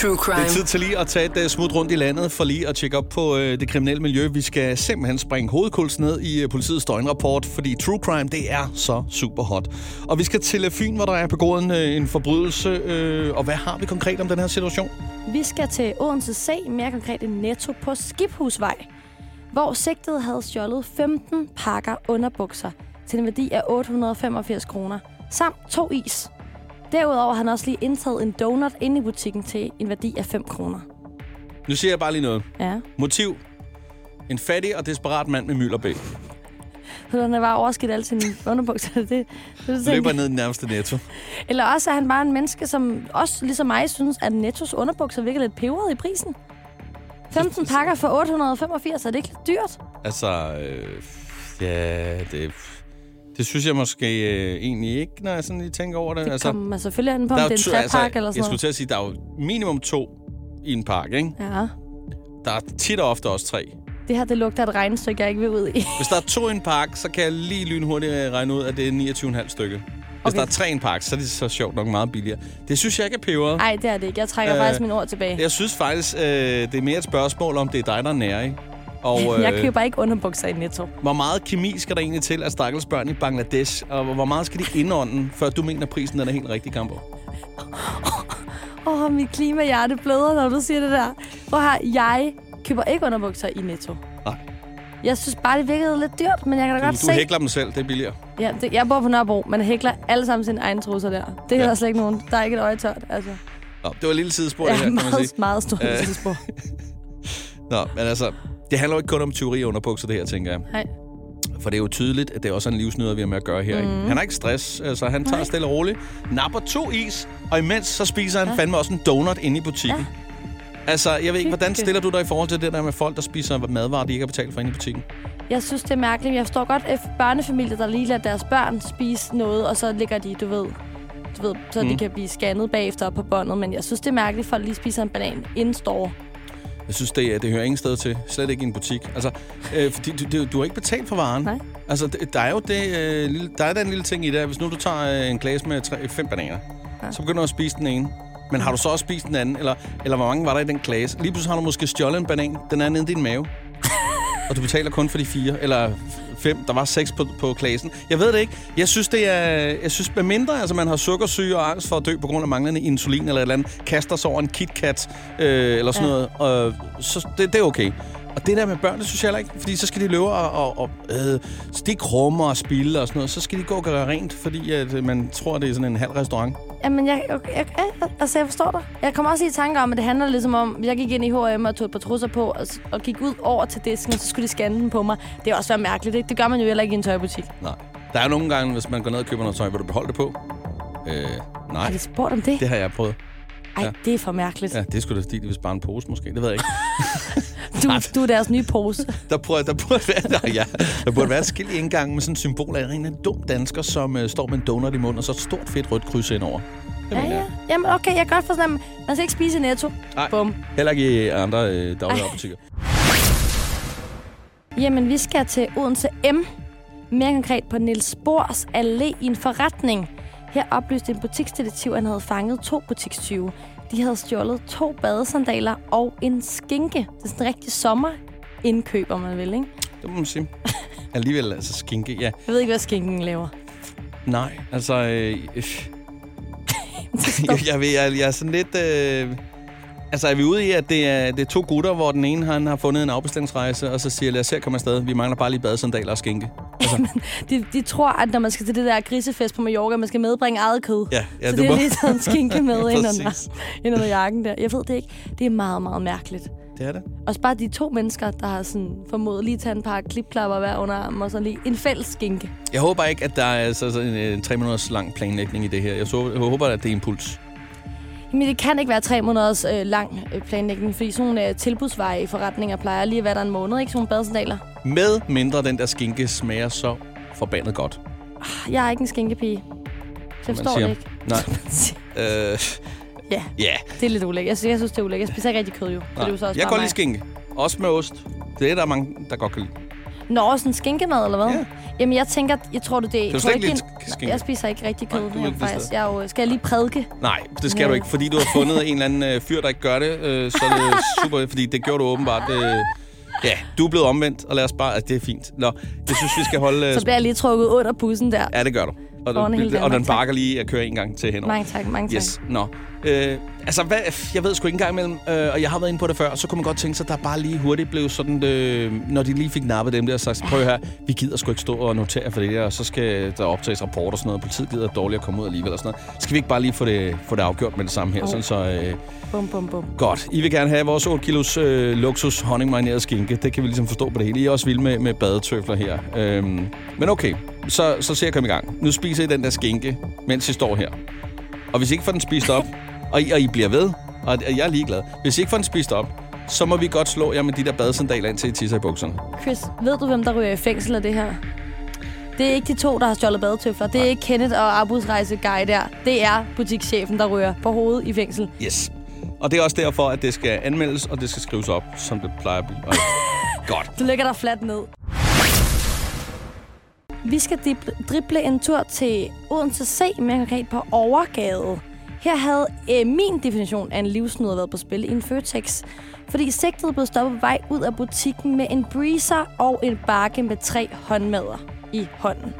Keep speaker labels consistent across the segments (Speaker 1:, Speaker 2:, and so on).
Speaker 1: true crime.
Speaker 2: Det er tid til lige at tage et øh, smut rundt i landet for lige at tjekke op på øh, det kriminelle miljø. Vi skal simpelthen springe hovedkuls ned i øh, politiets døgnrapport, fordi true crime, det er så super hot. Og vi skal til øh, Fyn, hvor der er begået en, øh, en forbrydelse. Øh, og hvad har vi konkret om den her situation?
Speaker 3: Vi skal til Odense C, mere konkret en netto på Skibhusvej, hvor sigtet havde stjålet 15 pakker underbukser til en værdi af 885 kroner, samt to is. Derudover har han også lige indtaget en donut inde i butikken til en værdi af 5 kroner.
Speaker 2: Nu siger jeg bare lige noget.
Speaker 3: Ja.
Speaker 2: Motiv. En fattig og desperat mand med mylderbæk.
Speaker 3: Så han har bare overskidt alle sine underbukser. Det, det, det, det,
Speaker 2: Løber ned i den nærmeste netto.
Speaker 3: Eller også er han bare en menneske, som også ligesom mig synes, at Nettos underbukser virker lidt peberet i prisen. 15 pakker for 885, er det ikke lidt dyrt?
Speaker 2: Altså, øh, ja, det, det synes jeg måske øh, egentlig ikke, når jeg sådan lige tænker over det.
Speaker 3: Det altså,
Speaker 2: altså,
Speaker 3: kommer man selvfølgelig an på, om
Speaker 2: der
Speaker 3: det
Speaker 2: er
Speaker 3: er
Speaker 2: jo
Speaker 3: en
Speaker 2: ty-
Speaker 3: trepakke
Speaker 2: altså,
Speaker 3: eller
Speaker 2: Jeg
Speaker 3: sådan
Speaker 2: skulle
Speaker 3: noget.
Speaker 2: til at sige, der er jo minimum to i en pakke, ikke?
Speaker 3: Ja.
Speaker 2: Der er tit og ofte også tre.
Speaker 3: Det her, det lugter af et regnestykke, jeg ikke vil ud i.
Speaker 2: Hvis der er to i en pakke, så kan jeg lige lynhurtigt øh, regne ud, at det er 29,5 stykke. Hvis
Speaker 3: Okay.
Speaker 2: der er tre i en pakke, så er det så sjovt nok meget billigere. Det synes jeg ikke er peberet.
Speaker 3: Nej, det er det ikke. Jeg trækker
Speaker 2: Øh,
Speaker 3: øh, faktisk mine ord tilbage.
Speaker 2: Jeg synes faktisk, øh, det er mere et spørgsmål om, det er dig, der er nær, ikke? Og, øh,
Speaker 3: Jeg køber ikke underbukser i Netto.
Speaker 2: Hvor meget kemi skal der egentlig til af stakkels børn i Bangladesh? Og hvor meget skal de indånde, før du mener, prisen den er helt rigtig, Gambo?
Speaker 3: Åh, oh, mit klimahjerte bløder, når du siger det der. Prøv her, jeg køber ikke underbukser i Netto.
Speaker 2: Nej.
Speaker 3: Jeg synes bare, det virkede lidt dyrt, men jeg kan da godt
Speaker 2: Du,
Speaker 3: se...
Speaker 2: du hækler dem selv, det er billigere.
Speaker 3: Ja, det, jeg bor på Nørrebro. Man hækler alle sammen sine egne trusser der. Det er
Speaker 2: Ja.
Speaker 3: ja. der slet ikke nogen. Der er ikke et øje tørt, altså.
Speaker 2: Nå, det var et lille sidespor,
Speaker 3: Det
Speaker 2: det her,
Speaker 3: er
Speaker 2: kan man
Speaker 3: meget,
Speaker 2: sige.
Speaker 3: meget stort
Speaker 2: Øh.
Speaker 3: tidsspor.
Speaker 2: Nå, men altså, det handler jo ikke kun om tyveri og underbukser, det her, tænker jeg.
Speaker 3: Nej.
Speaker 2: For det er jo tydeligt, at det er også en livsnyder, vi har med at gøre her. Mm. Ikke? Han har ikke stress, altså han tager stille og roligt, napper to is, og imens så spiser han ja. fandme også en donut inde i butikken. Ja. Altså, jeg ved ikke, hvordan
Speaker 3: Hygge.
Speaker 2: stiller du dig i forhold til det der med folk, der spiser madvarer, de ikke har betalt for inde i butikken?
Speaker 3: Jeg synes, det er mærkeligt. men Jeg forstår godt, at børnefamilier, der lige lader deres børn spise noget, og så ligger de, du ved, du ved så mm. de kan blive scannet bagefter og på båndet. Men jeg synes, det er mærkeligt, at folk lige spiser en banan inden står.
Speaker 2: Jeg synes, det, er- det hører ingen sted til. Slet ikke i en butik. Altså, øh, fordi du, du, du har ikke betalt for varen.
Speaker 3: Nej.
Speaker 2: Altså, det- der er jo det, øh, lille, der er den lille ting i det. at Hvis nu du tager øh, en glas med tre, fem bananer, ja. så begynder du at spise den ene. Men har du så også spist den anden? Eller, eller hvor mange var der i den klasse? Lige pludselig har du måske stjålet en banan. Den er nede i din mave. og du betaler kun for de fire. Eller f- fem. Der var seks på, på klassen. Jeg ved det ikke. Jeg synes, det er... Jeg synes, med mindre altså, man har sukkersyge og angst for at dø på grund af manglende insulin eller et eller andet, kaster sig over en KitKat øh, eller sådan ja. noget, øh, så det, det er okay. Og det der med børn, det synes jeg heller ikke, fordi så skal de løbe og, og, og øh, stikke krummer og spille og sådan noget. Så skal de gå og gøre rent, fordi at, øh, man tror, det er sådan en halv restaurant.
Speaker 3: Jamen, jeg, jeg, jeg, jeg- altså, jeg forstår dig. Jeg kommer også i tanker om, at det handler ligesom om, jeg gik ind i H&M og tog et par trusser på, og, s- og gik ud over til disken, og så skulle de scanne den på mig. Det er også være mærkeligt, ikke? Det gør man jo heller ikke i en tøjbutik.
Speaker 2: Nej. Der er jo nogle gange, hvis man går ned og køber noget tøj, vil du beholde det på? Øh,
Speaker 3: Har
Speaker 2: nej,
Speaker 3: de spurgt om det?
Speaker 2: det har jeg prøvet.
Speaker 3: Ej, det er for mærkeligt.
Speaker 2: Ja, det skulle da stil, hvis bare en pose måske. Det ved jeg ikke.
Speaker 3: Du, du er deres nye pose.
Speaker 2: Der burde, der burde være, nej, ja, der burde være et skilt i indgangen med sådan et symbol af en eller anden dum dansker, som øh, står med en donut i munden og så et stort fedt rødt kryds indover. Det
Speaker 3: Ja,
Speaker 2: mener
Speaker 3: ja.
Speaker 2: jeg.
Speaker 3: Jamen, okay, jeg kan godt forstå, at man skal ikke spise i netto.
Speaker 2: Nej.
Speaker 3: Bum.
Speaker 2: Heller ikke i andre øh, dagligvarebutikker.
Speaker 3: Jamen, vi skal til Odense M. Mere konkret på Niels Bors Allé i en forretning. Her oplyste en butiksdetektiv, at han havde fanget to butikstyve. De havde stjålet to badesandaler og en skinke. Det er sådan en rigtig sommerindkøb, om man vil, ikke?
Speaker 2: Det må man sige. Alligevel, altså skinke, ja.
Speaker 3: Jeg ved ikke, hvad skinken laver.
Speaker 2: Nej, altså... Øh, øh,
Speaker 3: Stop.
Speaker 2: jeg, jeg, ved, jeg, jeg er sådan lidt... Øh, altså, er vi ude i, at det er, det er to gutter, hvor den ene han har fundet en afbestillingsrejse, og så siger, lad os se at komme afsted. Vi mangler bare lige badesandaler og skinke.
Speaker 3: De, de tror, at når man skal til det der grisefest på Mallorca, man skal medbringe eget kød.
Speaker 2: Ja, ja,
Speaker 3: så
Speaker 2: du
Speaker 3: det
Speaker 2: må-
Speaker 3: er lige sådan en skinke med ind
Speaker 2: Præcis.
Speaker 3: under, ind under jakken der. Jeg ved det ikke. Det er meget, meget mærkeligt.
Speaker 2: Det er det.
Speaker 3: Også bare de to mennesker, der har sådan formået lige at tage en par klipklapper hver under armen, og så lige en fælles skinke.
Speaker 2: Jeg håber ikke, at der er så, sådan en, øh, en tre minutters lang planlægning i det her. Jeg, så, jeg håber, at det er impuls.
Speaker 3: Jamen, det kan ikke være tre måneders øh, lang øh, planlægning, fordi sådan nogle øh, tilbudsveje i forretninger plejer lige at være der en måned, ikke? Sådan nogle badesandaler.
Speaker 2: Med mindre den der skinke smager så forbandet godt.
Speaker 3: Jeg er ikke en skinkepige. Så
Speaker 2: man
Speaker 3: jeg forstår
Speaker 2: siger.
Speaker 3: det ikke.
Speaker 2: Nej.
Speaker 3: Som man siger.
Speaker 2: Øh,
Speaker 3: Ja,
Speaker 2: Ja.
Speaker 3: det er lidt ulækkert. Jeg synes, jeg synes det er ulækkert. Jeg spiser ikke rigtig kød jo. Så det er jo så også
Speaker 2: Jeg
Speaker 3: bare
Speaker 2: kan godt
Speaker 3: mig.
Speaker 2: lide skinke. Også med ost. Det er der mange, der godt kan lide.
Speaker 3: Nå, sådan skinkemad eller hvad?
Speaker 2: Ja.
Speaker 3: Ja. Jamen, jeg tænker, jeg tror du det... Jeg
Speaker 2: slet
Speaker 3: tror
Speaker 2: ikke
Speaker 3: en-
Speaker 2: lide sk- skinke?
Speaker 3: Jeg spiser ikke rigtig
Speaker 2: Nej,
Speaker 3: kød,
Speaker 2: du er
Speaker 3: Nej,
Speaker 2: ikke det
Speaker 3: faktisk.
Speaker 2: sted.
Speaker 3: Jeg er jo, skal jeg lige prædike?
Speaker 2: Nej, det skal du
Speaker 3: Nej.
Speaker 2: ikke, fordi du har fundet en eller anden øh, fyr, der ikke gør det. Øh, så er det super, fordi det gjorde du åbenbart. Øh, ja, du er blevet omvendt, og lad os bare... Altså, det er fint. Nå, jeg synes, vi skal holde... Øh,
Speaker 3: Så bliver jeg lige trukket under bussen der. Ja.
Speaker 2: ja, det gør du. Og,
Speaker 3: Foran hele
Speaker 2: og den
Speaker 3: Danmark, tak.
Speaker 2: bakker lige at køre en gang til henover.
Speaker 3: Mange tak, mange tak.
Speaker 2: Yes, nå. Øh, altså, hvad, jeg ved sgu ikke engang imellem, øh, og jeg har været inde på det før, så kunne man godt tænke sig, at der bare lige hurtigt blev sådan, øh, når de lige fik nappet dem der, og sagt, prøv her, vi gider sgu ikke stå og notere for det her, og så skal der optages rapport og sådan noget, politiet gider dårligt at komme ud alligevel og sådan noget. Skal vi ikke bare lige få det, få det afgjort med det samme her, oh. sådan så... Øh,
Speaker 3: Bum, bum, bum.
Speaker 2: Godt. I vil gerne have vores 8 kilos øh, luksus honningmarineret skinke. Det kan vi ligesom forstå på det hele. I er også vilde med, med badetøfler her. Øhm, men okay, så, så ser jeg komme i gang. Nu spiser I den der skinke, mens I står her. Og hvis I ikke får den spist op, og I, og I bliver ved, og og jeg er ligeglad. Hvis I ikke får den spist op, så må vi godt slå jer med de der badesandaler, indtil I tisser i bukserne.
Speaker 3: Chris, ved du, hvem der ryger i fængsel af det her? Det er ikke de to, der har stjålet badetøfler. Det er ikke Kenneth og Abus rejseguy der. Det er butikschefen, der ryger på hovedet i fængsel.
Speaker 2: Yes. Og det er også derfor, at det skal anmeldes, og det skal skrives op, som det plejer at blive. Og- Godt.
Speaker 3: Du ligger dig fladt ned. Vi skal drible, drible en tur til Odense C, mere konkret på Overgade. Her havde øh, min definition af en livsnyder været på spil i en Føtex. Fordi sigtet blev stoppet på vej ud af butikken med en breezer og en bakke med tre håndmadder i hånden.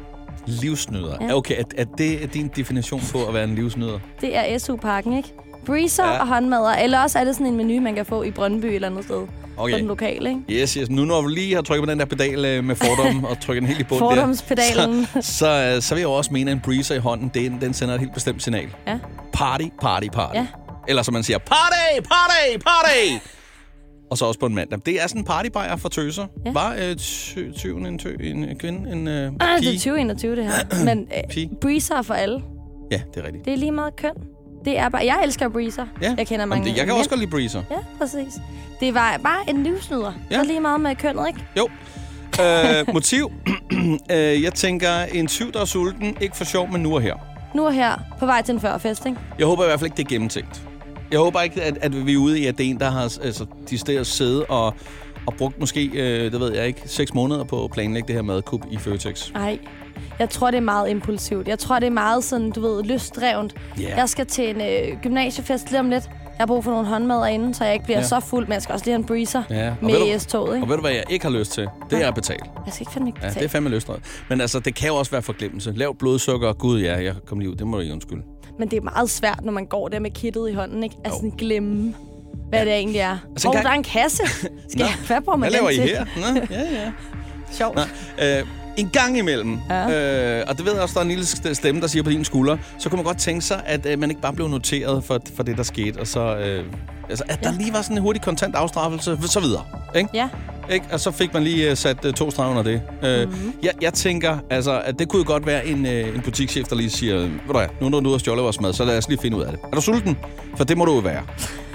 Speaker 2: Livsnyder.
Speaker 3: Ja.
Speaker 2: Okay, er, er det din definition på at være en livsnyder?
Speaker 3: Det er SU-pakken, ikke? Breezer
Speaker 2: Ja.
Speaker 3: ja. og håndmadder. Eller også er det sådan en menu, man kan få i Brøndby eller andet sted.
Speaker 2: Okay.
Speaker 3: På den lokale, ikke?
Speaker 2: Yes, yes. Nu når vi lige har trykket på den der pedal øh, med fordommen og trykket den helt i bunden
Speaker 3: Fordomspedalen.
Speaker 2: der, så, så, øh, så vil jeg jo også mene, at en breezer i hånden, den, den sender et helt bestemt signal.
Speaker 3: Ja.
Speaker 2: Party, party, party.
Speaker 3: Ja.
Speaker 2: Eller som man siger, party, party, party! og så også på en mandag. Det er sådan en partybajer for tøser. Ja.
Speaker 3: Ja.
Speaker 2: Var øh, ty- tyven en, tø- en øh, kvinde, en øh,
Speaker 3: Ah, det
Speaker 2: pige?
Speaker 3: er 2021, det her. Men øh,
Speaker 2: Pige.
Speaker 3: breezer er for alle.
Speaker 2: Ja, det er rigtigt.
Speaker 3: Det er lige meget køn. Det er bare... Jeg elsker breezer.
Speaker 2: Ja.
Speaker 3: Jeg kender
Speaker 2: Jamen,
Speaker 3: mange
Speaker 2: det, jeg kan
Speaker 3: mænd.
Speaker 2: også godt lide breezer.
Speaker 3: Ja, præcis. Det var bare en livsnyder.
Speaker 2: Ja.
Speaker 3: Ja. Så lige meget med kønnet, ikke?
Speaker 2: Jo. Øh, motiv. øh, jeg tænker, en tyv, der er sulten, ikke for sjov, men nu og her.
Speaker 3: Nu og her, på vej til en førfest, ikke?
Speaker 2: Jeg håber i hvert fald ikke, det er gennemtænkt. Jeg håber ikke, at, at vi er ude i, at det er en, der har altså, de steder sidde og, og brugt måske, øh, det ved jeg ikke, seks måneder på at planlægge det her madkub i Føtex.
Speaker 3: Nej. Jeg tror, det er meget impulsivt. Jeg tror, det er meget sådan, du ved, lystdrevent.
Speaker 2: Ja.
Speaker 3: Jeg skal til en øh, gymnasiefest lige om lidt. Jeg har brug for nogle håndmadder inden, så jeg ikke bliver
Speaker 2: Ja.
Speaker 3: ja. så fuld. Men jeg skal også lige have en breezer
Speaker 2: Ja, og ved du-
Speaker 3: med i S-toget,
Speaker 2: Og
Speaker 3: ikke?
Speaker 2: ved du, hvad jeg ikke har lyst til? Det er at betale.
Speaker 3: Jeg skal ikke fandme ikke
Speaker 2: Ja,
Speaker 3: betale.
Speaker 2: det er fandme løsdrevet. Men altså, det kan jo også være forglemmelse. Lav blodsukker. Gud, ja, jeg kom lige ud. Det må du ikke undskylde.
Speaker 3: Men det er meget svært, når man går der med kittet i hånden, ikke? Altså sådan glemme, hvad
Speaker 2: Ja.
Speaker 3: det egentlig er.
Speaker 2: Altså, en
Speaker 3: Altså, oh,
Speaker 2: gang-
Speaker 3: der er en kasse. Skal
Speaker 2: Nå,
Speaker 3: jeg, hvad bruger man
Speaker 2: Hvad laver
Speaker 3: den
Speaker 2: I
Speaker 3: til?
Speaker 2: her? Nå, ja, ja.
Speaker 3: Sjovt.
Speaker 2: Nej, øh, en gang imellem, ja. øh, og det ved jeg også, der er en lille st- stemme, der siger på din skulder, så kunne man godt tænke sig, at øh, man ikke bare blev noteret for, for det, der skete, og så... Øh, altså, at der lige var sådan en hurtig kontant afstraffelse, så videre, ikke?
Speaker 3: Ja.
Speaker 2: Ikke? Og så fik man lige øh, sat øh, to streger under det. Øh, mm-hmm. jeg, jeg tænker, altså, at det kunne jo godt være en, øh, en butikschef, der lige siger, øh, ved du hvad, nu når du har stjålet vores mad, så lad os lige finde ud af det. Er du sulten? For det må du jo være.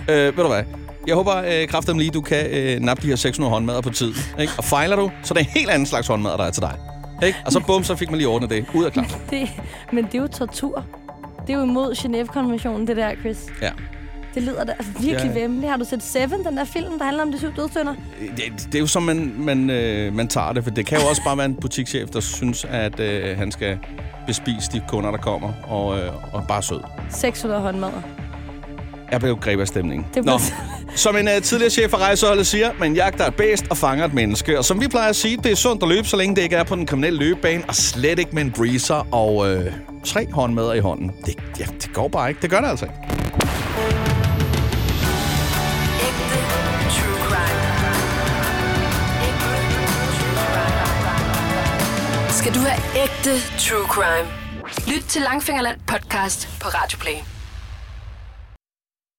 Speaker 2: øh, ved du hvad? Jeg håber øh, kraftedeme lige, du kan øh, nappe de her 600 håndmadder på tid. Ikke? Og fejler du, så er det en helt anden slags håndmadder, der er til dig. Ikke? Og så bum, så fik man lige ordnet det. Ud af klar.
Speaker 3: Det, men det er jo tortur. Det er jo imod Genève-konventionen, det der, Chris.
Speaker 2: Ja.
Speaker 3: Det lyder da altså virkelig
Speaker 2: Ja.
Speaker 3: ja. vemmelig. Har du set Seven, den der film, der handler om de syv dødsønder?
Speaker 2: Det, det er jo som, man, man, øh, man tager det, for det kan jo også bare være en butikschef, der synes, at øh, han skal bespise de kunder, der kommer, og, øh, og bare er sød.
Speaker 3: 600 håndmadder.
Speaker 2: Jeg blev grebet af stemningen.
Speaker 3: Det
Speaker 2: Nå.
Speaker 3: blev-
Speaker 2: Som en uh, tidligere chef for rejseholdet siger, man jagter et bæst og fanger et menneske. Og som vi plejer at sige, det er sundt at løbe, så længe det ikke er på den kriminelle løbebane, og slet ikke med en breezer og øh, tre håndmadder i hånden. Det, ja, det går bare ikke. Det gør det altså ikke.
Speaker 1: Ægte true crime. Ægte true crime. Skal du have ægte true crime? Lyt til Langfingerland podcast på Radio Play.